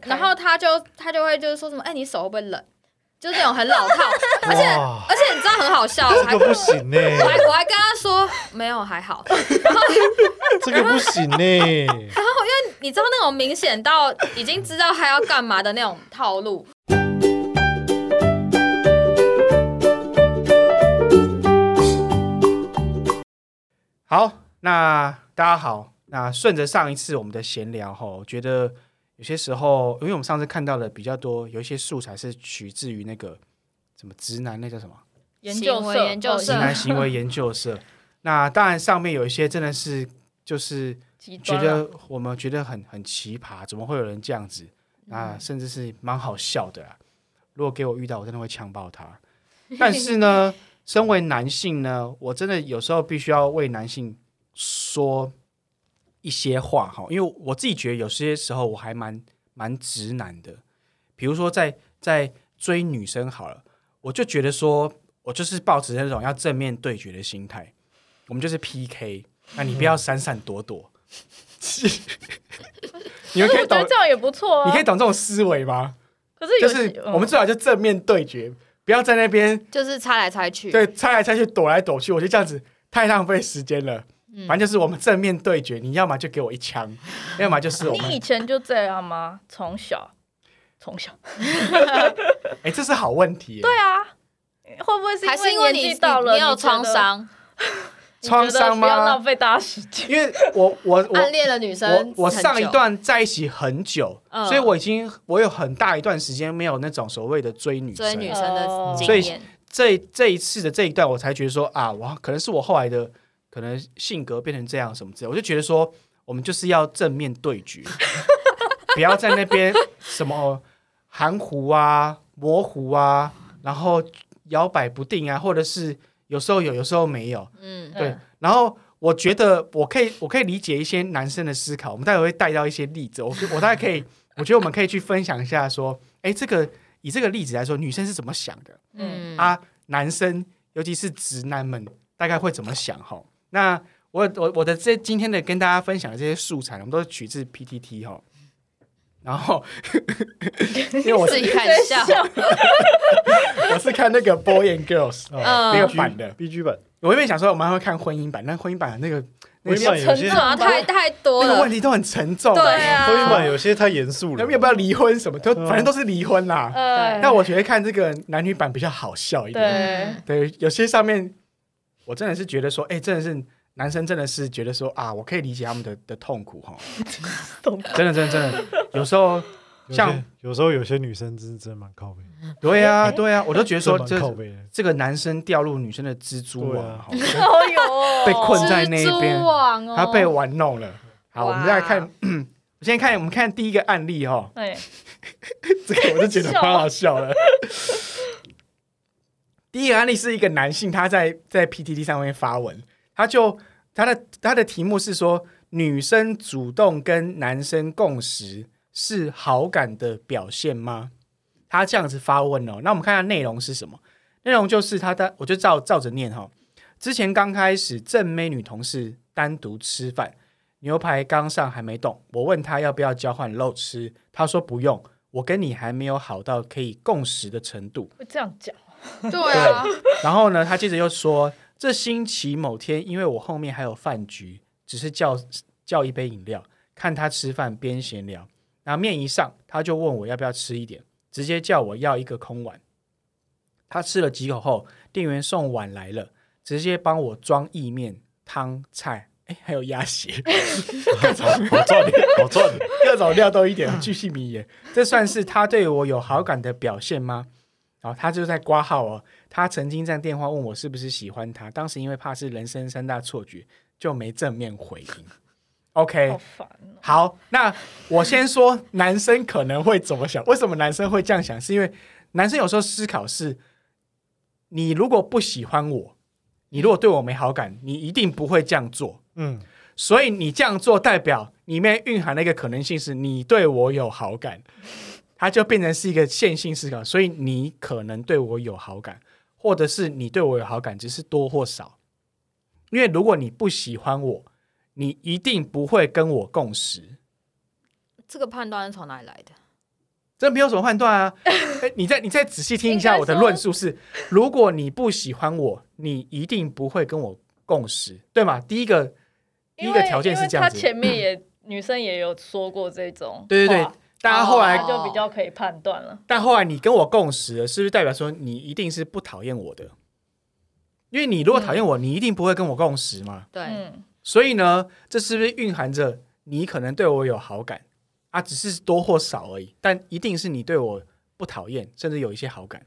开。然后他就他就会就是说什么，哎、你手会不会冷？就是那种很老套， 而且哇，而且你知道很好笑，我还这个不行 呢、我还我还跟他说没有还好，这个不行呢、 你知道那种明显到已经知道他要干嘛的那种套路。好，那大家好，那顺着上一次我们的闲聊哈，我觉得有些时候，因为我们上次看到的比较多，有一些素材是取自于那个什么直男那叫什么研究行为社哦研究直社男行为研究社，那当然上面有一些真的是就是极觉端啊了啊得我们觉得很很奇葩，怎么会有人这样子？嗯啊，甚至是蛮好笑的啦。如果给我遇到，我真的会强暴他。 但是呢，身为男性呢，我真的有时候必须要为男性说一些话哈，因为我自己觉得有些时候我还蛮蛮直男的。比如说在在追女生好了，我就觉得说我就是抱持那种要正面对决的心态，我们就是 PK，那你不要闪闪躲躲。你们可以 我觉懂得这样也不错啊。你可以懂这种思维吗？可是有就是时我们嗯最好就正面对决，不要在那边就是猜来猜去，对猜来猜去、躲来躲去，我觉得这样子太浪费时间了。嗯反正就是我们正面对决，你要么就给我一枪，要么就是我们你以前就这样吗？从小，从小，哎、这是好问题耶。对啊，会不会是还是因为为你年你纪到了，你有创觉得？伤，你觉得创伤不吗要浪费大家时间。因为我我暗我恋了女生我我很上一久段在一起很久，嗯所以我已经我有很大一段时间没有那种所谓的追女生追女生的哦经所以验，这这一次的这一段，我才觉得说啊，我可能是我后来的可能性格变成这样什么之类，我就觉得说我们就是要正面对决， 不要在那边什么含糊啊、模糊啊，然后摇摆不定啊，或者是有时候有，有时候没有。嗯，对嗯，然后我觉得我可以，我可以理解一些男生的思考。我们待会会带到一些例子，我我大概可以，我觉得我们可以去分享一下，说，哎，这个以这个例子来说，女生是怎么想的？嗯，嗯，啊，男生尤其是直男们大概会怎么想哈？那我我我的这今天的跟大家分享的这些素材，我们都是取自 PTT 哈。然后因为我自是己看在笑，我是看那个 Boy and Girls 嗯那个版的， BG 版，我原本想说我们还会看婚姻版，但婚姻版的那个那婚姻版个有沉些重啊，太太多那个了问，题都很沉重，对婚姻版啊，有些太严肃了要，不要嗯离婚什么，都嗯反正都是离婚啦。呃，但我觉得看这个男女版比较好笑一点，对对，有些上面我真的是觉得说，哎、真的是男生真的是觉得说啊，我可以理解他们的的痛苦哈，懂得真的真的真的，有时候有些像有时候有些女生真真的蛮靠背的，对呀、对呀、我都觉得说真的蛮靠这背的。这个男生掉入女生的蜘蛛网，齁哦哟，被困在那蜘一边蛛网哦，他被玩弄了。好，我哇们再来看，我 先看我们看第一个案例哈，哎， 这个我就觉得蛮好笑了。 第一个案例是一个男性，他在在 PTT 上面发文，他就他的他的题目是说，女生主动跟男生共识是好感的表现吗？他这样子发问哦，那我们看下内容是什么？内容就是他的，我就照照着念哈、之前刚开始正妹女同事单独吃饭，牛排刚上还没动，我问她要不要交换肉吃，她说不用，我跟你还没有好到可以共识的程度。 会这样讲，对啊，然后呢，他接着又说，这星期某天，因为我后面还有饭局，只是叫叫一杯饮料，看他吃饭边闲聊。然后面一上，他就问我要不要吃一点，直接叫我要一个空碗。他吃了几口后，店员送碗来了，直接帮我装意面、汤、菜，哎，还有鸭血，好赚的，好赚 的，各种料都一点，巨细靡遗。这算是他对我有好感的表现吗？然后他就在挂号哦，他曾经在电话问我是不是喜欢他，当时因为怕是人生三大错觉，就没正面回应。OK，好烦哦。好，那我先说男生可能会怎么想？为什么男生会这样想？是因为男生有时候思考是：你如果不喜欢我，你如果对我没好感，你一定不会这样做。嗯，所以你这样做，代表里面蕴含的一个可能性是你对我有好感，它就变成是一个线性思考，所以你可能对我有好感，或者是你对我有好感，只是多或少。因为如果你不喜欢我，你一定不会跟我共识。这个判断是从哪里来的？真没有什么判断啊。 哎你再你再仔细听一下我的论述是：如果你不喜欢我，你一定不会跟我共识，对吗？第一个第因一为个条件因是为这样他子，前面也女生也有说过这种，对对对。，大家后来，他就比较可以判断了。但后来你跟我共识了，是不是代表说你一定是不讨厌我的？因为你如果讨厌我，你一定不会跟我共识嘛。对，嗯，所以呢，这是不是蕴含着你可能对我有好感啊？只是多或少而已，但一定是你对我不讨厌，甚至有一些好感。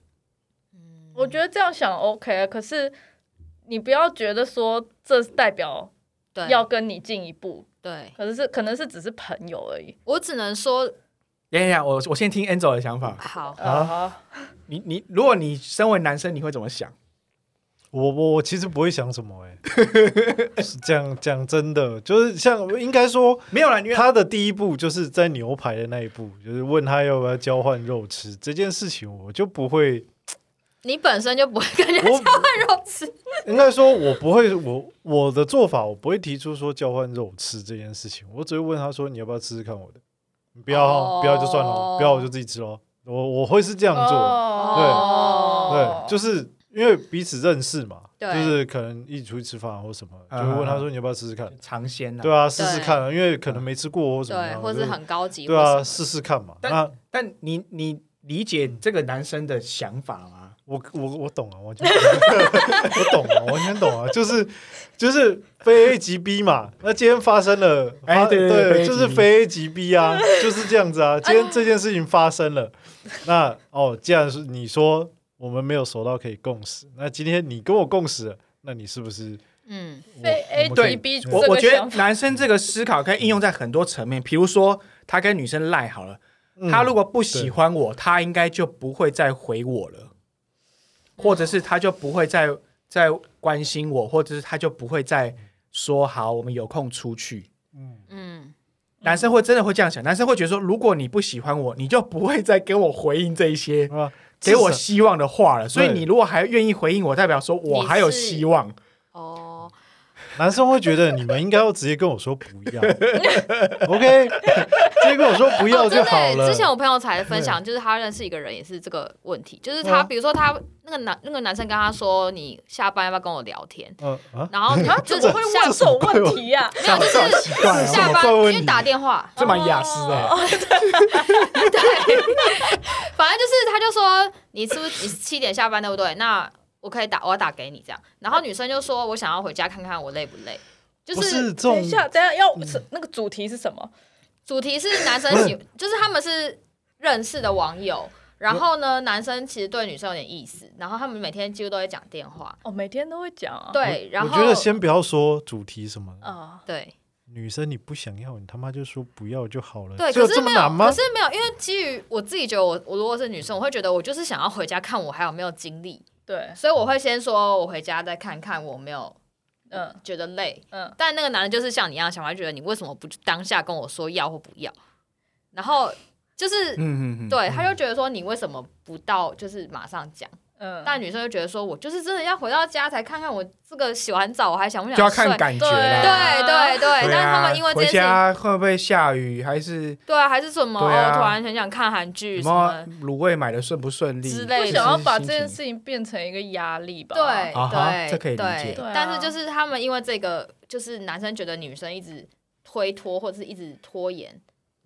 我觉得这样想 OK，可啊是你不要觉得说这代表对，要跟你进一步，对可是是可能是只是朋友而已。我只能说等一下，我我先听 Angel 的想法。好，啊哈，你你，如果你身为男生，你会怎么想？我我我其实不会想什么哎、 是讲讲真的，就是像应该说没有啦，因为他的第一步就是在牛排的那一步，就是问他要不要交换肉吃这件事情，我就不会，你本身就不会跟人家我换肉吃，应该说我不会，我我的做法我不会提出说交换肉吃这件事情，我只会问他说你要不要吃吃看我的，你不要啊、哦不要就算了，不要我就自己吃咯。我我会是这样做。哦对，就是因为彼此认识嘛，就对是可能一起出去吃饭或什么，就啊会问他说你要不要试试看？尝鲜呐、对啊，啊，试试看啊，因为可能没吃过或什么对，样，或就是很高级，对或啊，什试试看嘛。但那但你你理解这个男生的想法吗？我我我懂啊，完全我懂啊，完全懂啊，就是就是非 A 即 B 嘛。那今天发生了，哎发对对对非 A 对，即就是 B 非 A 即 B 啊，就是这样子啊。今天这件事情发生了，那哦，既然是你说我们没有熟到可以共识，那今天你跟我共识了，那你是不是么嗯，我非 A 我们对可即以 B 我这个我觉得想法男生这个思考可以应用在很多层面，比如说他跟女生赖好了，嗯他如果不喜欢我，他应该就不会再回我了，或者是他就不会再再关心我，或者是他就不会再说好我们有空出去。嗯嗯，男生会真的会这样想，男生会觉得说，如果你不喜欢我，你就不会再跟我回应这一些啊，给我至少希望的话了。所以对你如果还愿意回应我，代表说我还有希望。哦，男生会觉得你们应该要直接跟我说不要，OK，直接跟我说不要哦，就真的好耶，了。之前我朋友才分享，就是他认识一个人也是这个问题，就是他，嗯比如说他那个男那个男生跟他说，你下班要不要跟我聊天？嗯啊，然后他就怎是么会问这种问题呀？没有，就是奇怪哦下这么怪班问因题为打电话，哦这蛮雅思的、 反正就是他就说你是不是你七点下班对不对？那我可以打，我要打给你这样。然后女生就说我想要回家看看我累不累，就不是是这等种一，下，等一下，要是那个主题是什么？主题是男生喜，就是他们是认识的网友。然后呢，男生其实对女生有点意思，然后他们每天几乎都会讲电话，哦，每天都会讲啊。对，然我后嗯觉得先不要说主题什么，啊，对女生你不想要，你他妈就说不要就好了。对，只有可是这么没有难，吗可？是没有，因为基于我自己觉得我，我如果是女生，我会觉得我就是想要回家看我还有没有精力，对，所以我会先说我回家再看看我有没有嗯觉得累，嗯，但那个男的就是像你一样想法，觉得你为什么不当下跟我说要或不要？然后就是、嗯嗯嗯，对，他就觉得说你为什么不到，就是马上讲。嗯，但女生就觉得说我就是真的要回到家才看看我这个洗完澡我还想不想就要看睡感觉啦。对对对，对但是啊他们因为这回件事情，家会不会下雨，还是对啊，还是什么、对啊哦，突然很想看韩剧什什么么，卤味买的顺不顺利之类不的想要把这心情件事情变成一个压力吧？对啊哈对，这可以理对解对啊但是就是他们因为这个，就是男生觉得女生一直推脱或者是一直拖延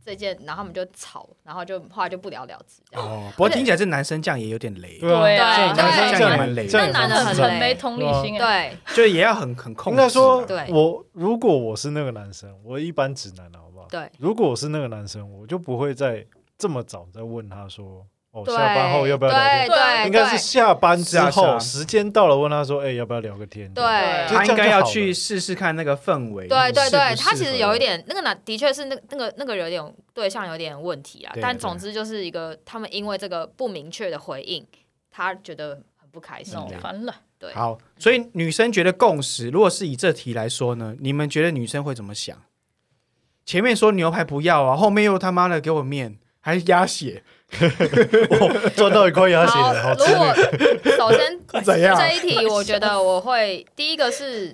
这件，然后他们就吵，然后就后来就不了了之。这样哦，不过听起来这男生这样也有点雷，对啊，啊，这样对这样也蛮累的，这样也那蛮男的很很很累嗯没同理心哎。对，就也要很很控应制啊。该说对，我如果我是那个男生，我一般直男啊，好不好？对，如果我是那个男生，我就不会再这么早再问他说，哦，对，下班后要不要聊天？对对，应该是下班之是啊是后，啊时间到了，问他说，哎，要不要聊个天？对就他应该要去就试试看那个氛围。对对适不对，适他其实合有一点那个男，的确是那个那个那个有点对象有点问题啦对。但对总之就是一个他们因为这个不明确的回应，他觉得很不开心那。我嗯烦了，对，好，所以女生觉得共识，如果是以这题来说呢，你们觉得女生会怎么想？前面说牛排不要啊，后面又他妈的给我面，还 鸭血，赚到一块鸭血，好如吃。果首先怎样？这一题，我觉得我会第一个是，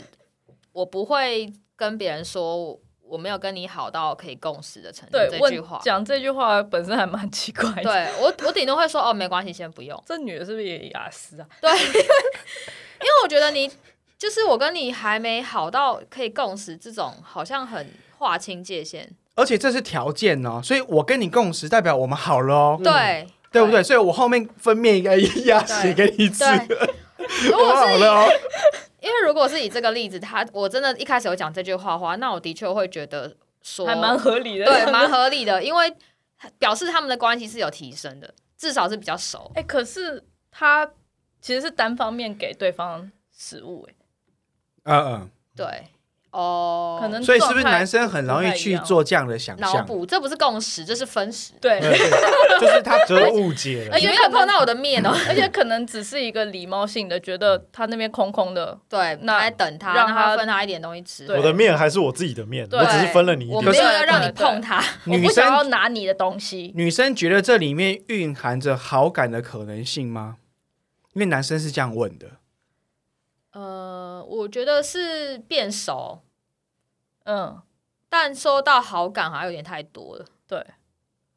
我不会跟别人说我没有跟你好到可以共识的程度对，这句话问。讲这句话本身还蛮奇怪的。，对我，我顶多会说哦，没关系，先不用。这女的是不是也雅思啊？对，因为因为我觉得你就是我跟你还没好到可以共识，这种好像很划清界限，而且这是条件哦，所以我跟你共识代表我们好了嗯哦，对对不对？？所以我后面分面一个鸭血给你吃， 对，如我果是好以了哦。因为如果是以这个例子，他我真的一开始有讲这句话的话，那我的确会觉得说还蛮合理的。对，蛮合理的，因为表示他们的关系是有提升的，至少是比较熟。 哎、可是他其实是单方面给对方食物、欸，嗯对，哦，可能嗯，所以是不是状态男生很容易去做这样的想脑象？补，这不是共识，这是分呃食。对，就是他这误解了而。你且没可有能碰到我的面哦， 而且可能只是一个礼貌性的，觉得他那边空空的， 对，那那来等他，让让他他分他一点东西吃。对我的面还是我自己的面，对我只是分了你一我点没。有要让对你碰他，我女不想要生拿你的东西。女生觉得这里面蕴含着好感的可能性吗？因为男生是这样问的， 呃，我觉得是变熟，嗯，但说到好感好像有点太多了。对，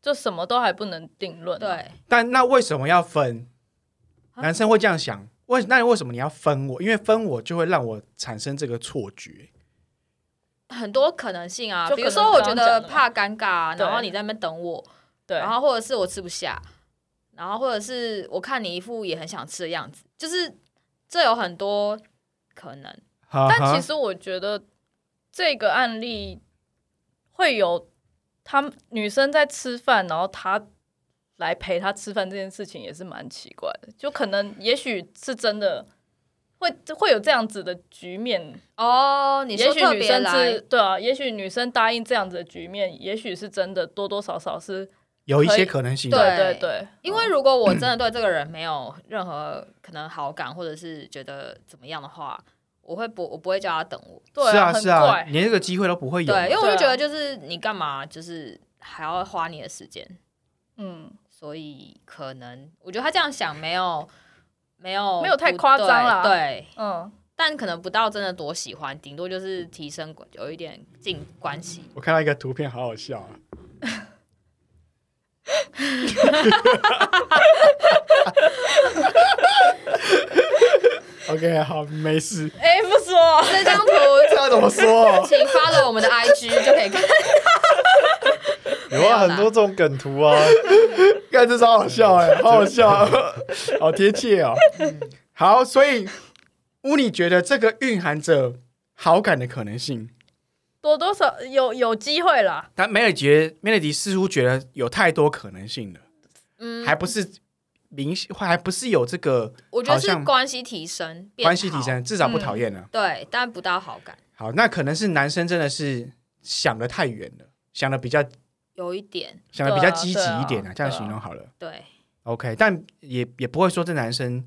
就什么都还不能定论、，啊对，但那为什么要分？啊男生会这样想，为那为什么你要分我？因为分我就会让我产生这个错觉。很多可能性啊就，比可如能说刚我刚觉讲得的嘛怕尴尬啊，对然后你在那边等我，对，然后或者是我吃不下，然后或者是我看你一副也很想吃的样子，就是这有很多可能。但其实实我觉得这个案例会有他们女生在吃饭，然后他来陪她吃饭这件事情也是蛮奇怪的，就可能也许是真的会会有这样子的局面，哦，你也说许特女别生来是，对啊，也许女生答应这样子的局面，也许是真的多多少少是有一可些以可能性，对对对对，因为如果我真的对这个人没有任何可能好感，或者是觉得怎么样的话，我会不我不会叫他等我。对是啊很是啊，怪，连这个机会都不会有。对， 因为我对啊就觉得就是你干嘛就是还要花你的时间，嗯，所以可能我觉得他这样想没有没有没有太不夸张对啦对， 嗯，但可能不到真的多喜欢，顶多就是提升有一点近关系。我看到一个图片，好好笑 啊！OK，好，没事。哎、不说，这张图，这要怎么说？请 follow 我们的 IG 就可以看。 有没啊，有啦很多这种梗 图啊，看这超好笑哎、好好笑、 好贴切哦。好，所以乌你觉得这个蕴含着好感的可能性，多多少有有机会啦，但 Melody 觉得 Melody 似乎觉得有太多可能性了，嗯，还不是明显，还不是有这个我觉得好是像关系提升，变关系提好，升，至少不讨厌了。对，但不到好感，好，那可能是男生真的是想的太远了，想的比较有一点想的比较对啊积极一点对啊，啊这样形容好了。对 OK，但也也不会说这男生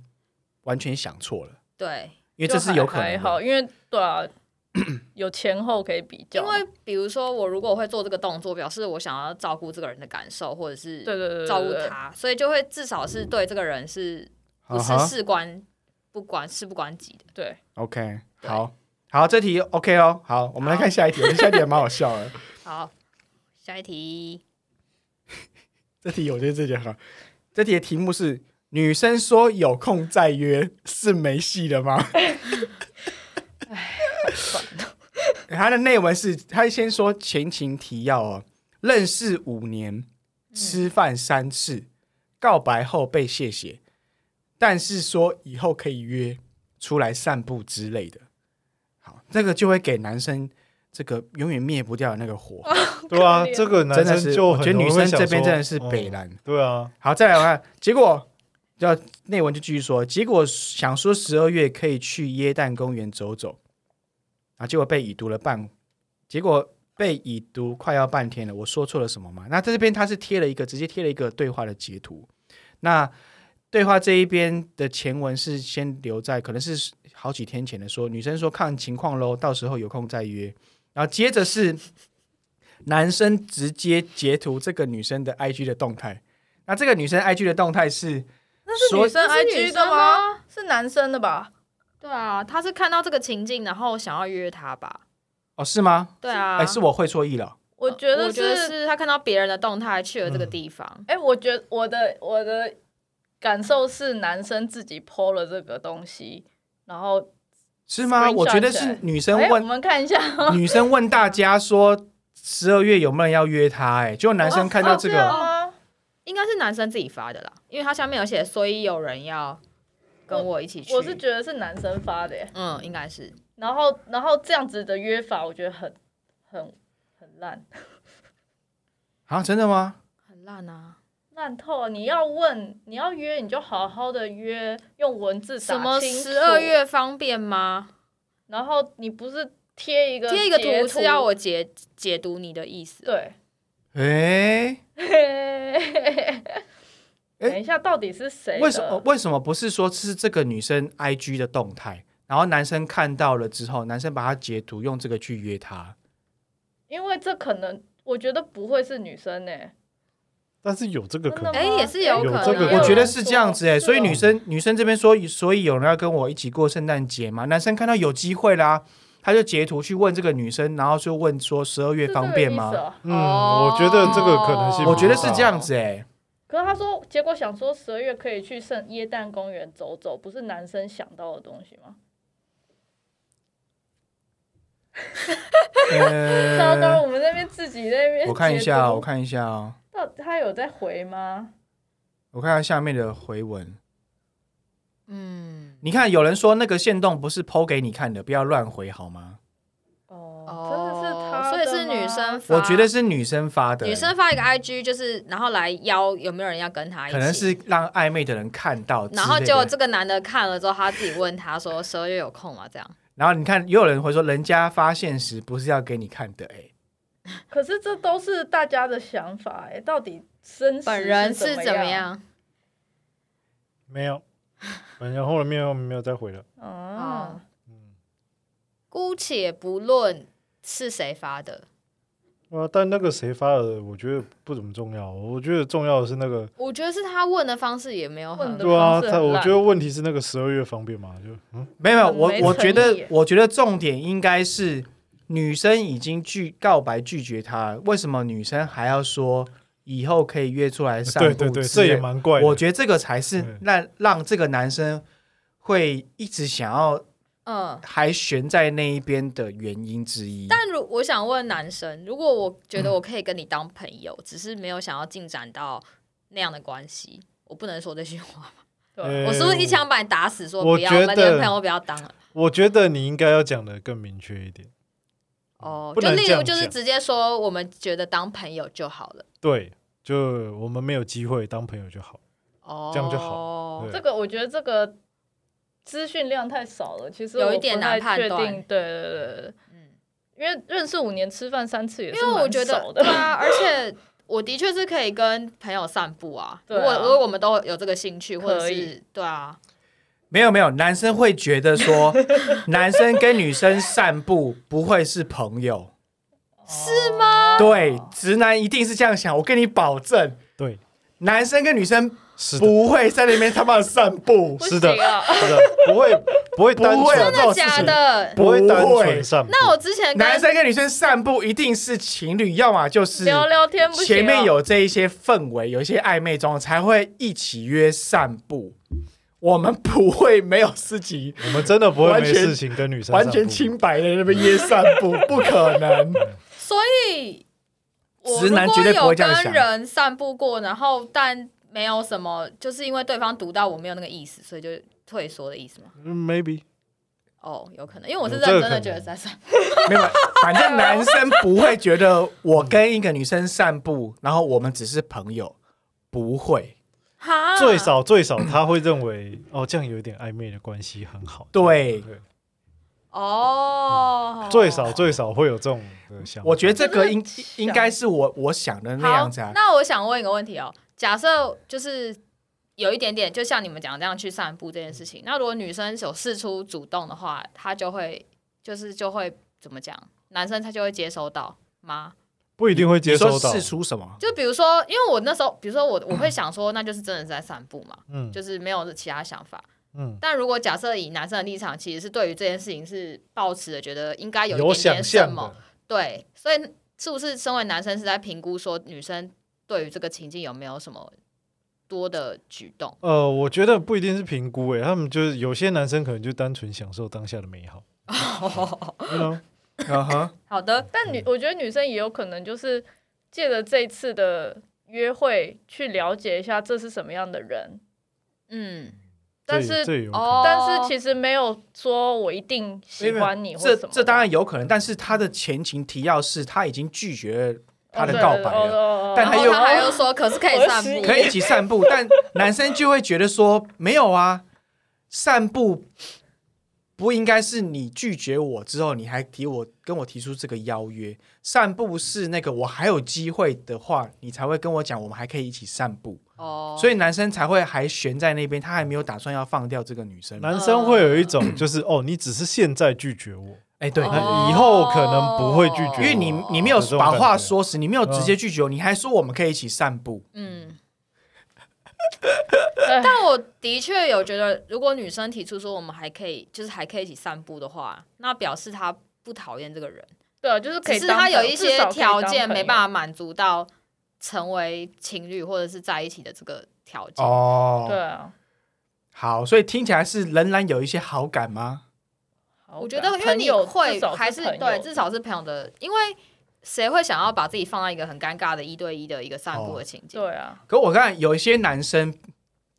完全想错了，对，因为这是有可就还能还好，的。因为对啊， 有前后可以比啊较，因为比如说我如果会做这个动作，表示我想要照顾这个人的感受，或者是对对对对照顾对他，所以就会至少是对这个人是不啊是哈事关不关事不关己的。对， OK，好好，这题 OK 哦。好，我们来看下一题，我觉得下一题也蛮好笑的。好，下一题， 这题我觉得这题很好。这题的题目是：女生说有空再约是没戏了吗？ 它的内文是，他先说前情提要哦，认识五年，吃饭三次，告白后被谢谢，但是说以后可以约出来散步之类的。好，这个就会给男生这个永远灭不掉的那个火，对啊可，怜这个真男的生是，就我很觉得容女易生想这边说真的是北嗯蓝。对啊，好，再来看，结果叫内文就继续说，结果想说十二月可以去耶诞公园走走，啊，结果被已读了半，结果被已读快要半天了，我说错了什么吗？那在这边他是贴了一个，直接贴了一个对话的截图，那。对话这一边的前文是先留在，可能是好几天前的说，女生说看情况喽，到时候有空再约。然后接着是男生直接截图这个女生的 IG 的动态，那这个女生 IG 的动态是那是说女生那是女 IG 的生啊吗？是男生的吧？对啊，他是看到这个情境，然后想要约他吧？哦，是吗？对啊，哎，是我会错意了。我觉我得觉得是，是他看到别人的动态去了这个嗯地方，哎、我觉得我的我的感受是，男生自己 PO 了这个东西，然后是吗？ Screenshot 我觉得起来是女生哎、我问们看一下， 女生问大家说十二月有没有人要约她，哎，结果男生看到这样 个，哦吗？应该是男生自己发的啦，因为他下面有写，所以有人要跟我一起去。我是觉得是男生发的耶，嗯，应该是然后然后这样子的约法，我觉得很很很烂，啊，真的吗？很烂啊。烂透了。你要问，你要约，你就好好的约，用文字打什么清楚十二，月方便吗？然后你不是贴一个贴一个截图是要我解解读你的意思。 对。哎，等一下，到底是谁的？为什么为什么不是说是这个女生 IG 的动态，然后男生看到了之后，男生把它截图用这个去约她？因为这可能，我觉得不会是女生呢、欸但是有这个可真的能吗，哎也是有可能有哎这个也有我觉得人是说这样子哎、是所以哦女生女生这边说，所以有人要跟我一起过圣诞节嘛？男生看到有机会啦，他就截图去问这个女生，然后就问说十二月是这个方便意吗思？哦嗯，我觉得这个可能性不我大，觉得是这样子哎、 可是他说，结果想说十二月可以去圣耶诞公园走走，不是男生想到的东西吗？糟糕，呃，我们那边自己在那边我看一解下，读我看一下哦，到底他有在回吗？我看看下面的回文。嗯，你看，有人说那个线动不是剖给你看的，不要乱回好吗？哦，哦，真的是他，所以是女生。发，我觉得是女生发的、女生发一个 IG，就是然后来邀有没有人要跟他一起，可能是让暧昧的人看到之类的，然后结果这个男的看了之后，他自己问他说十二月有空吗？这样然后你看，也有人会说，人家发现时不是要给你看的、欸，可是这都是大家的想法哎、到底真实本人是是怎么？样？没有，反正后面没有没有再回了。嗯，嗯，姑且不论是谁发的，啊，但那个谁发的，我觉得不怎么重要。我觉得重要的是那个，我觉得是他问的方式也没有问很的对啊，方式他很我烂觉得问题是那个十二月方便嘛，就嗯，没有，没有，很我没我诚觉意得耶，我觉得重点应该是女生已经拒告白拒绝他，为什么女生还要说以后可以约出来散对步对对，之这类也的蛮怪的。嗯我觉得这个才是对让让这个男生会一直想要嗯。还悬在那一边的原因之一。但如我想问男生，如果我觉得我可以跟你当朋友，只是没有想要进展到那样的关系，我不能说这句话。对 呃啊，我是不是一枪把你打死？说我不要，觉那连得朋友不要当了。我觉得你应该要讲的更明确一点。哦，不就能例这如样就是讲直接说我们觉得当朋友就好了。对，就我们没有机会当朋友就好。哦，这样就好对这个我觉得这个资讯量太少了，其实有一我不点太难判确定断对对对对，嗯，因为认识五年吃饭三次也因是为我蛮觉少得的 对。啊，而且我的确是可以跟朋友散步啊。对啊如果如果我们都有这个兴趣，或者可是以对啊，没有没有，男生会觉得说，男生跟女生散步不会是朋友，是吗？对，直男一定是这样想，我跟你保证，对，男生跟女生是的，不会在那边他妈的散步不，是的行啊，是的，不会不会单不会有 纯这种事假情。的。不会单不会纯上。那我之前跟男生跟女生散步一定是情侣，要么就 是聊聊天不行啊前面有这一些氛围，有一些暧昧中才会一起约散步。我们不会没有事情，我们真的不会完没全事情跟女生完散全步清白的那边约散步，不可 能。所以，我直男如果绝对不会这样有想跟人散步过，然后但没有什么，就是因为对方读到我没有那个意思，所以就退缩的意思嘛。嗯，maybe 哦，有可能，因为我是有认这个真的可觉得能在散。没有，反正男生不会觉得我跟一个女生散步，然后我们只是朋友，不会。哈最少最少他会认为哦，这样有一点暧昧的关系很好。对对，哦，最少最少会有这种的想法。我觉得这个应可是很应该是我我想的那好样子啊。。那我想问一个问题哦，假设就是有一点点，就像你们讲的这样去散步这件事情，那如果女生有事出主动的话，她就会就是就会怎么讲，男生他就会接收到吗？不一定会接你说收到。试出什么？就比如说，因为我那时候，比如说我我会想说，那就是真的是在散步嘛，嗯，就是没有其他想法。嗯，但如果假设以男生的立场，其实是对于这件事情是抱持的，觉得应该有有一点想点什象么的，，对，所以是不是身为男生是在评估说女生对于这个情境有没有什么多的举动？呃，我觉得不一定是评估、欸，他们就是有些男生可能就单纯享受当下的 美好。You know？嗯哼，好的，但女，我觉得女生也有可能就是借着这次的约会去了解一下这是什么样的人，嗯，但 这也这是也有可能哦，但是其实没有说我一定喜欢你或这什么的。这当然有可能，但是他的前情提要是他已经拒绝他哦的对告白哦了，哦哦但然他后又他还又说，可是可以散我步，是 可以一起 散步，但男生就会觉得说没有啊，散步不应该是你拒绝我之后，你还提我跟我提出这个邀约，散步是那个我还有机会的话，你才会跟我讲我们还可以一起散步，哦，所以男生才会还悬在那边，他还没有打算要放掉这个女生。男生会有一嗯种就是哦，你只是现在拒绝我，哎，对。哦以后可能不会拒因绝为你你没有哦有这种把感话觉嗯说死，你没有直接拒绝我，你还说我们可以一起散步，嗯，哎但我的确有觉得，如果女生提出说我们还可以，就是还可以一起散步的话，那表示她不讨厌这个人，对啊，就是可只以是当朋她友，有一些条件没办法。法满足到成为情侣或者是在一起的这个条件。哦对啊，好，所以听起来是仍然有一些好感吗？好啊我觉得，因为朋你友会至少还是是朋友对，至少是朋友的，因为谁会想要把自己放在一个很尴尬的一对一的一个散步的情景？对啊，可我看有一些男生，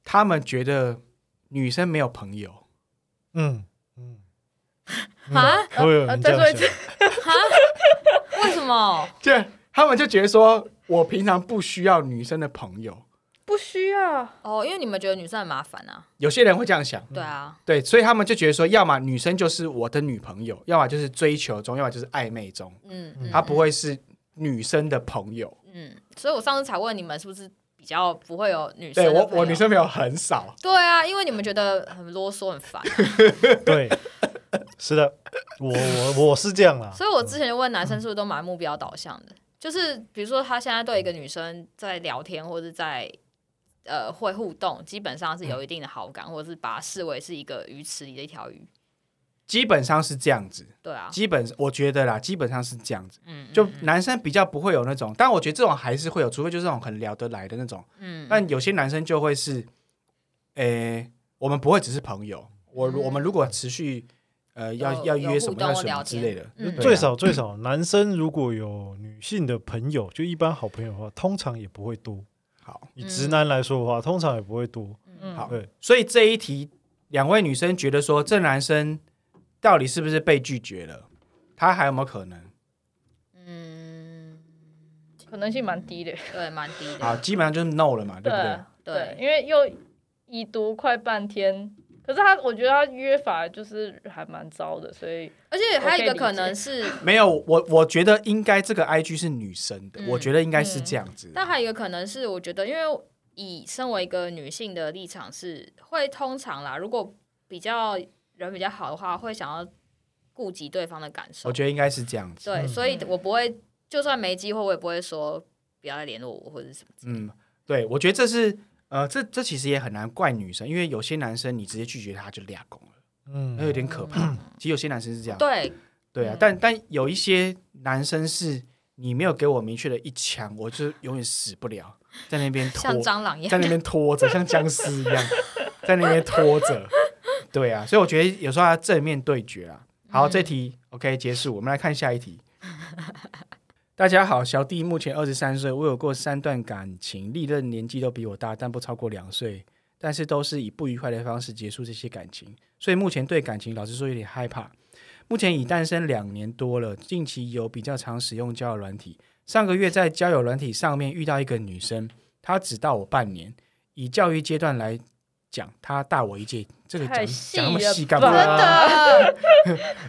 他们觉得女生没有朋 友，嗯 嗯，啊嗯会有呃人这再说一样次想，为什么？就他们就觉得说我平常不需要女生的朋友。不需要。哦，因为你们觉得女生很麻烦啊，有些人会这样想，嗯对啊，对，所以他们就觉得说，要么女生就是我的女朋友，要么就是追求中，要么就是暧昧中，嗯，嗯她不会是女生的朋友。嗯，所以我上次才问你们是不是比较不会有女生对的我，朋友我女生朋友很少。对啊，因为你们觉得很啰嗦很烦，对，是的，我我我是这样啦，所以我之前就问男生是不是都蛮目标导向的，就是比如说他现在对一个女生在聊天或者在呃会互动，基本上是有一定的好感，或者是把它视为是一个鱼池里的一条鱼，基本上是这样子，对啊，基本我觉得啦，基本上是这样子。嗯，就嗯男生比较不会有那种，但我觉得这种还是会有，除非就是那种很聊得来的那种。嗯但有些男生就会是，诶、我们不会只是朋友，我、嗯我们如果持续呃要有要有约什互么动要什聊么之天类的，嗯对啊最少最少，男生如果有女性的朋友，就一般好朋友的话，通常也不会多。好以嗯直男来说的话，通常也不会多。嗯，好对。所以这一题，两位女生觉得说，这男生到底是不是被拒绝了？他还有没有可能？嗯，可能性蛮低的。对，蛮低好，的，基本上就是 no 了嘛，对不对？对啊对，因为又已读快半天，可是他我觉得他约法就是还蛮糟的，所以而且还有一个我可以理可解能是没有，我我觉得应该这个 IG 是女生的，嗯我觉得应该是这样子。但还有一个可能是，我觉得，因为以身为一个女性的立场是，会通常啦，如果比较人比较好的话，会想要顾及对方的感受。我觉得应该是这样子。对，嗯所以我不会，就算没机会，我也不会说不要再联络我或者什么之类的。嗯，对，我觉得这是呃，这这其实也很难怪女生，因为有些男生你直接拒绝他就俩拱了，嗯那有点可怕。其实有些男生是这样， 对，对啊嗯，但但有一些男生是你没有给我明确的一枪，我就永远死不了，在那边拖像，蟑螂一样 在。那边拖着，像僵尸一样，在那边拖着。对啊，所以我觉得有时候要正面对决啊。好，这题 OK 结束，我们来看下一题。大家好，小弟目前二十三岁，我有过三段感情，历任年纪都比我大，但不超过两岁，但是都是以不愉快的方式结束这些感情，所以目前对感情老实说有点害怕。目前已单身两年多了，近期有比较常使用交友软体。上个月在交友软体上面遇到一个女生，她只大我半年，以教育阶段来讲，她大我一届，这个讲太细讲那么了细干吧真嘛？的，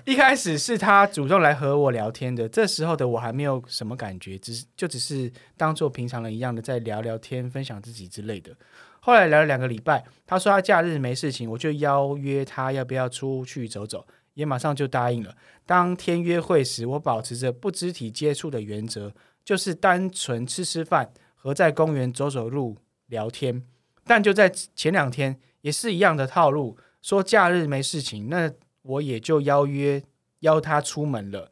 一开始是他主动来和我聊天的，这时候的我还没有什么感觉，只是就只是当做平常人一样的在聊聊天、分享自己之类的。后来聊了两个礼拜，他说他假日没事情，我就邀约他要不要出去走走，也马上就答应了。当天约会时，我保持着不肢体接触的原则，就是单纯吃吃饭和在公园走走路、聊天。但就在前两天，也是一样的套路，说假日没事情，那我也就邀约邀他出门了。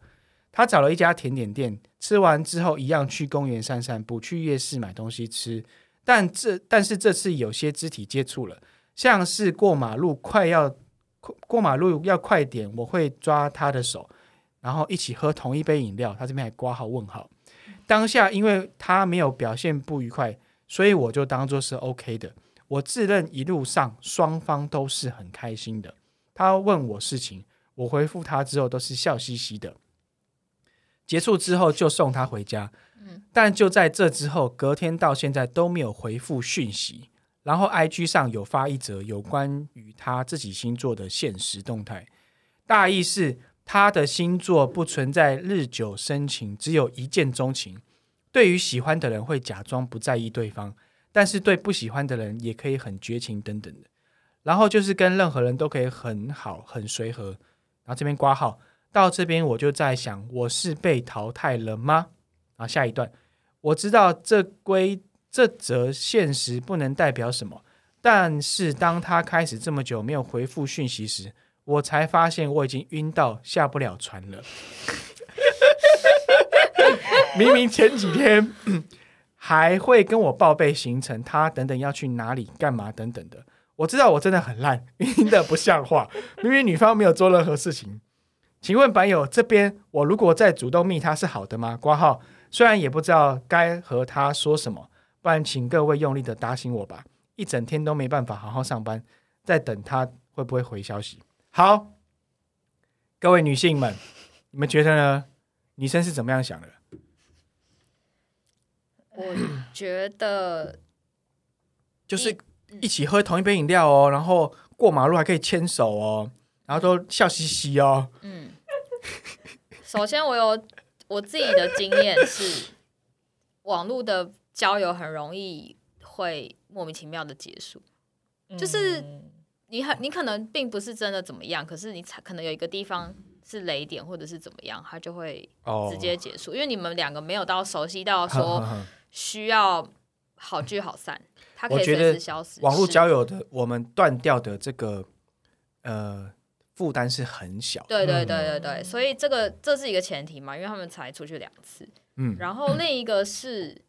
他找了一家甜点店，吃完之后一样去公园散散步，去夜市买东西吃。但这但是这次有些肢体接触了，像是过马路快要过过马路要快点，我会抓他的手，然后一起喝同一杯饮料。他这边还挂号问号。当下因为他没有表现不愉快，所以我就当做是 OK 的。我自认一路上双方都是很开心的。他问我事情，我回复他之后都是笑嘻嘻的。结束之后就送他回家，但就在这之后，隔天到现在都没有回复讯息。然后 IG 上有发一则有关于他自己星座的现实动态，大意是他的星座不存在日久生情，只有一见钟情。对于喜欢的人会假装不在意对方，但是对不喜欢的人也可以很绝情等等的。然后就是跟任何人都可以很好、很随和。然后这边挂号到这边，我就在想，我是被淘汰了吗？然后下一段，我知道这归这则现实不能代表什么，但是当他开始这么久没有回复讯息时，我才发现我已经晕到下不了船了。 明明前几天 还会跟我报备行程，他等等要去哪里、干嘛等等的。我知道我真的很烂，晕的不像话。明明女方没有做任何事情，请问版友这边，我如果再主动密他是好的吗？挂号，虽然也不知道该和他说什么，不然请各位用力的打醒我吧，一整天都没办法好好上班，在等他会不会回消息。好，各位女性们，你们觉得呢？女生是怎么样想的？我觉得就是一起喝同一杯饮料哦，然后过马路还可以牵手哦，然后都笑嘻嘻哦。嗯，首先我有我自己的经验是，网络的交友很容易会莫名其妙的结束。就是嗯你很你可能并不是真的怎么样，可是你才可能有一个地方是雷点或者是怎么样，它就会哦直 接结束，因为你们两个没有到熟悉到哼 说哼哼需要好聚好散，它可我以觉随得时消失。网络是交友的，我们断掉的这个呃负担是很小。对对对对嗯对，所以这个这是一个前提嘛，因为他们才出去两次。嗯，然后另一个是，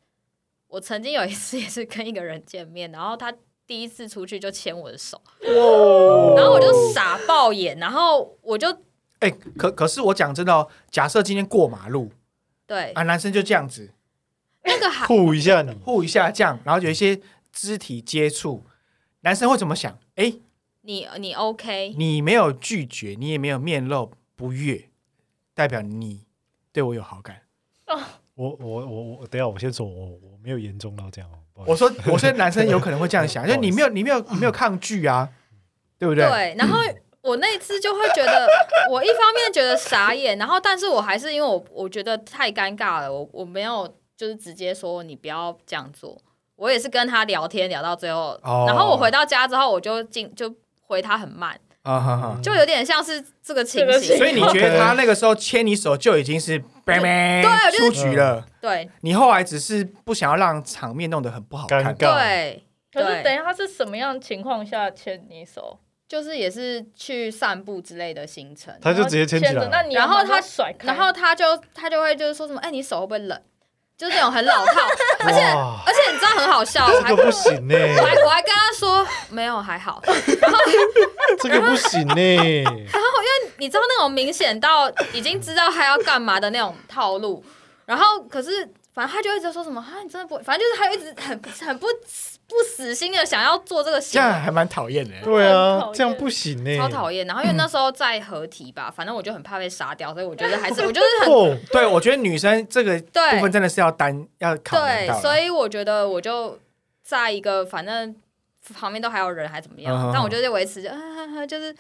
我曾经有一次也是跟一个人见面，然后他第一次出去就牵我的手，哇然后我就傻爆眼，然后我就哎、可可是我讲真的哦，假设今天过马路对、啊，男生就这样子那个还护一下你，护一下这样，然后有一些肢体接触，男生会怎么想？哎、你你 OK，你没有拒绝，你也没有面露不悦，代表你对我有好感。我我我我，等一下我先说，我我没有严重到这样哦。不好意我思说，我说男生有可能会这样 想，不就好意是思你没有，你没有，你没有抗拒啊，对不对？对，然后。我那一次就会觉得， 我一方面觉得傻眼，然后但是我还是因为我我觉得太尴尬了，我我没有就是直接说你不要这样做，我也是跟他聊天聊到最后，哦然后我回到家之后我就进就回他很慢，啊哈哈。就有点像是这个情这个形。情所以你觉得 OK 他那个时候牵你手就已经是拜拜对就出是局了， 对你后来只是不想要让场面弄得很不好尴看。尬对，可是对等一下他是什么样情况下牵你手？就是也是去散步之类的行程，他就直接牵起牵来着，了，那你然后要把他甩开，然后他就他就会就是说什么，哎、你手会不会冷？就是那种很老套， 而且哇，而且你知道很好笑，我还这个不行呢，我还我还跟他说没有还好，这个不行呢。你知道那种明显到已经知道他要干嘛的那种套路，然后可是反正他就一直说什么啊，你真的不会，反正就是他一直很 很不不死心的想要做这个这行为样，还蛮讨厌的。对很讨啊，厌这样不行呢、超讨厌。然后因为那时候在合体 吧，反正我就很怕被杀掉，所以我觉得还是我 就是很哦，对，我觉得女生这个部分对真的是要担要考量对到，了。所以我觉得我就在一个反正旁边都还有人还怎么样，嗯但我就是维持，嗯，就是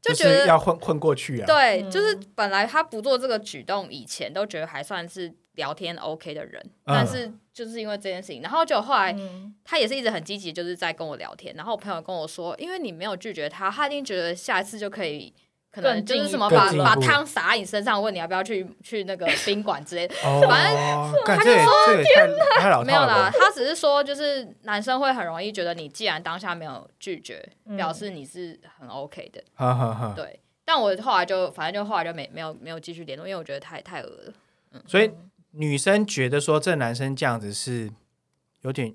就就觉是得要混混过去啊。对，嗯就是本来他不做这个举动以前都觉得还算是聊天 OK 的人，嗯但是就是因为这件事情，然后就后来嗯，他也是一直很积极，就是在跟我聊天。然后我朋友跟我说，因为你没有拒绝他，他一定觉得下一次就可以可更能就进是一什么步把更进一把步汤洒在你身上，问你要不要去去那个宾馆之类 的，哦，干这也这也太太老没有套了啦吧，，他只是说就是男生会很容易觉得你既然当下没有拒绝，嗯表示你是很 OK 的，哈哈哈。对。但我后来就反正就后来就没没有没有继续联络，因为我觉得太太恶了。所以女生觉得说这男生这样子是有点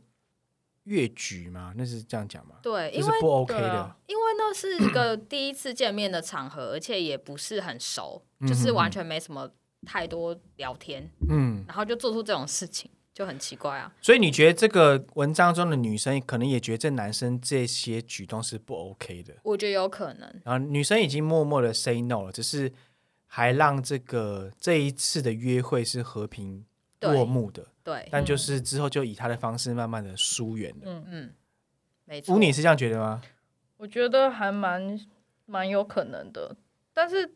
越矩嘛，那是这样讲吗？对，就因是为不 OK 对的啊，因为那是一 个第一次见面的场合，而且也不是很熟，就是完全没什么太多聊天，嗯。然后就做出这种事情，就很奇怪啊。所以你觉得这个文章中的女生可能也觉得这男生这些举动是不 OK 的，我觉得有可能，然后女生已经默默的 say no 了，只是还让这个这一次的约会是和平对落幕的，对，但就是之后就以他的方式慢慢的疏远了。嗯，嗯，没错乌、。你是这样觉得吗？我觉得还蛮蛮有可能的，但是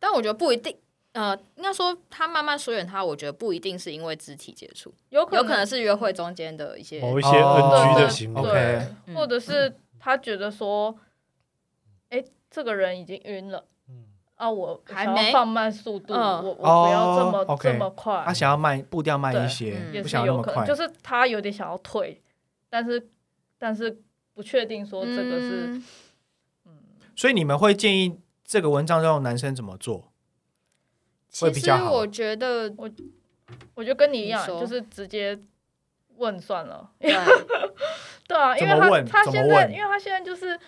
但我觉得不一定，呃，应该说他慢慢疏远他，我觉得不一定是因为肢体接触，有可有能可能是约会中间的一些，某一些哦对 NG 的对行对为， OK 嗯或者是他觉得说，哎、这个人已经晕了嗯啊，我还想要没放慢速度，嗯我我不要这哦么、 ，OK 这么快，他想要慢步调慢一些对，也不是想要那有么可能，快。就是他有点想要退，但是但是不确定说这个是、嗯所以你们会建议这个文章中的男生怎么做？会比其实较好我觉 得，我觉得跟你一样，你说就是直接问算了。对，对啊，因怎为么他问他怎现么在，问嗯因为他现在就是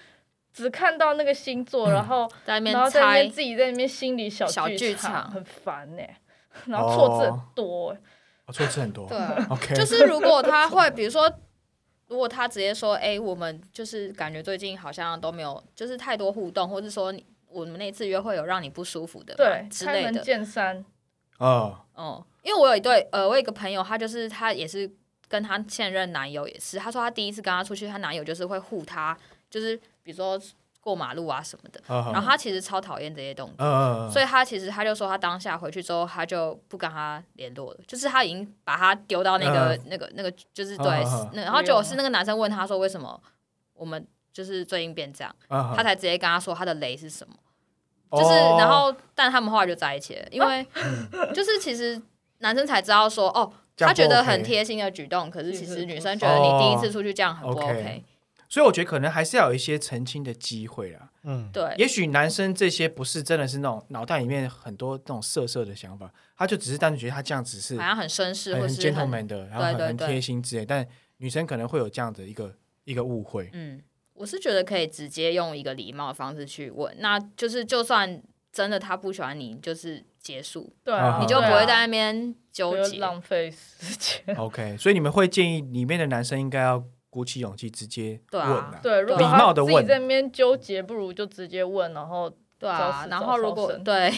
只看到那个星座，然后在那然后边在那猜边，自己在那边心里小小剧场，场很烦呢、 然后错哦字很多、欸，我哦错字很多对。啊， OK，就是如果他会，比如说。如果他直接说：“哎、我们就是感觉最近好像都没有，就是太多互动，或者说你我们那次约会有让你不舒服的吗对，啊之开类的门，见山，哦，哦，因为我有一对呃，我有一个朋友，她就是她也是跟她现任男友也是，她说她第一次跟她出去，她男友就是会护她，就是比如说过马路啊什么的，然哦然后她其实超讨厌这些动作。嗯，所以以她其实她就说，她当下回去之后，她就不跟他联络了，就是她已经把他丢到那个、那个那个，就是对，嗯嗯嗯嗯那然后结果是那个男生问她说，为什么我们就是最近变这样，她他才直接跟她说她的雷是什么。哦就是，然后但他们后来就在一起了，因 为就是其实男生才知道说，哦，这他样不觉得 OK 很贴心的举动，可是其实女生觉得哦你第一次出去这样很不 OK OK，所以我觉得可能还是要有一些澄清的机会啊。嗯，对，也许男生这些不是真的是那种脑袋里面很多那种色色的想法，他就只是单纯觉得他这样子是好像很绅士很或很是很 gentleman 的，然后很对对很对贴心之类，但女生可能会有这样的一个一个误会。嗯，我是觉得可以直接用一个礼貌的方式去问，那就是就算真的他不喜欢你，就是结束，对啊，嗯你就不会对啊在那边纠不结要，浪费时嗯间。 OK，所以你们会建议里面的男生应该要鼓起勇气直接对问啊啊。对，如礼果他貌地自问己在那边纠结，不如就直接问，然后对找啊死，然找后如烧果 身对，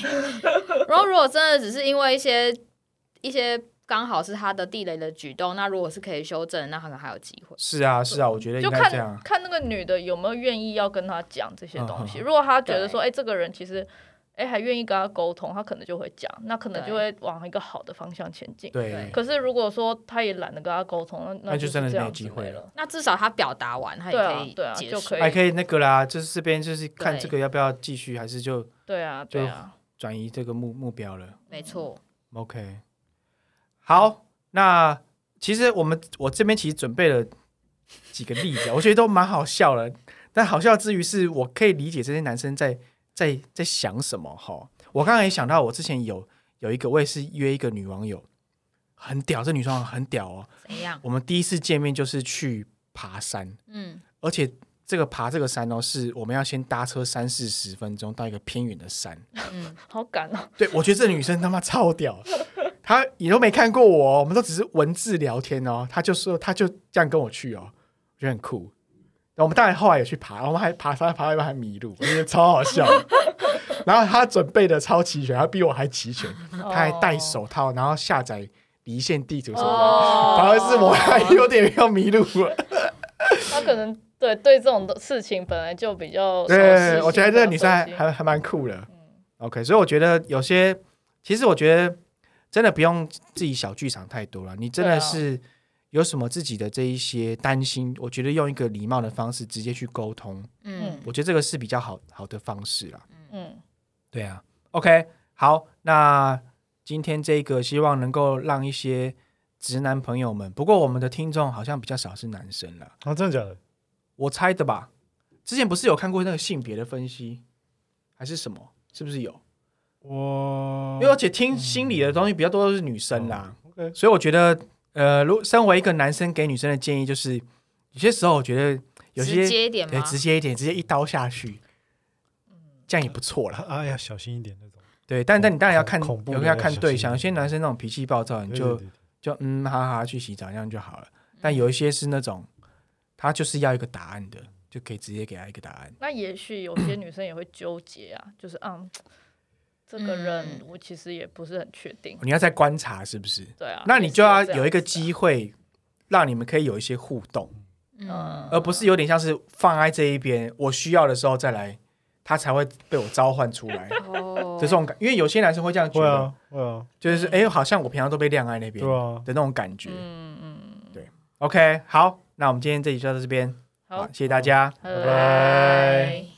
然后如果真的只是因为一些一些刚好是他的地雷的举动，那如果是可以修正，那可能还有机会。是啊，是啊，我觉得应就该这样看。看那个女的有没有愿意要跟他讲这些东西。嗯嗯嗯如果他觉得说，哎、这个人其实，哎、还愿意跟他沟通，他可能就会讲，那可能对就会往一个好的方向前进。对对，可是如果说他也懒得跟他沟通，那那就就真的是这没有样机子会没了了。那至少他表达完，他也对啊可以对啊结就束可以还可以那个啦，就是这边就是看对这个要不要继续，还是就对啊，就对啊，转移这个目目标了。没错， OK，好，那其实我们我这边其实准备了几个例子，啊我觉得都蛮好笑的。但好笑之余，是我可以理解这些男生在在在想什么哈。我刚刚也想到，我之前有有一个，我也是约一个女网友，很屌，这女生很屌哦。怎样？我们第一次见面就是去爬山，嗯，而且这个爬这个山哦，是我们要先搭车三四十分钟到一个偏远的山。好赶 哦、对，我觉得这女生他妈超屌， 她也都没看过我哦，我们都只是文字聊天哦，她就说她就这样跟我去哦，我觉得很酷。然后我们当然后来有去爬，然后我们还爬山爬到一半还迷路，我觉得超好笑的。然后她准备的超齐全，她比我还齐全，哦她还戴手套，然后下载离线地图什么的，哦反而是我还有点要迷路了。他可能对对这种事情本来就比较少对，事我觉得情这个女生还比较还还蛮酷嗯的。OK，所以我觉得有些，其实我觉得真的不用自己小剧场太多了。你真对的啊是有什么自己的这一些担心，我觉得用一个礼貌的方式直接去沟通，嗯我觉得这个是比较好好的方式啦。嗯，对啊，OK，好，那今天这个希望能够让一些直男朋友们，不过我们的听众好像比较少是男生了，啊，真的假的？我猜的吧。之前不是有看过那个性别的分析，还是什么？是不是有？我因为而且听心理的东西比较多都是女生啦， OK，所以我觉得，呃，如身为一个男生给女生的建议就是，有些时候我觉得有直些接一点对吗？嗯直接一点，直接一刀下去，这样也不错啦。哎呀，小心一点那种。对，但但你当然要看，恐怖有的要要看小对心象。一有些点男生那种脾气暴躁，你对就对对就嗯哈哈去洗澡这样就好了。嗯但有一些是那种，他就是要一个答案的，就可以直接给他一个答案。那也许有些女生也会纠结啊，就是啊，这个人我其实也不是很确定。你要再观察是不是？对啊，那你就要有一个机，机会，让你们可以有一些互动，嗯，啊而不是有点像是放在这一边，我需要的时候再来，他才会被我召唤 出来嗯哦的这种感。因为有些男生会这样觉会得，啊，会啊，就是哎，好像我平常都被晾在那边对啊的，那种感觉。嗯嗯， OK，好，那我们今天这集就到这边，好，好谢谢大家。拜拜拜。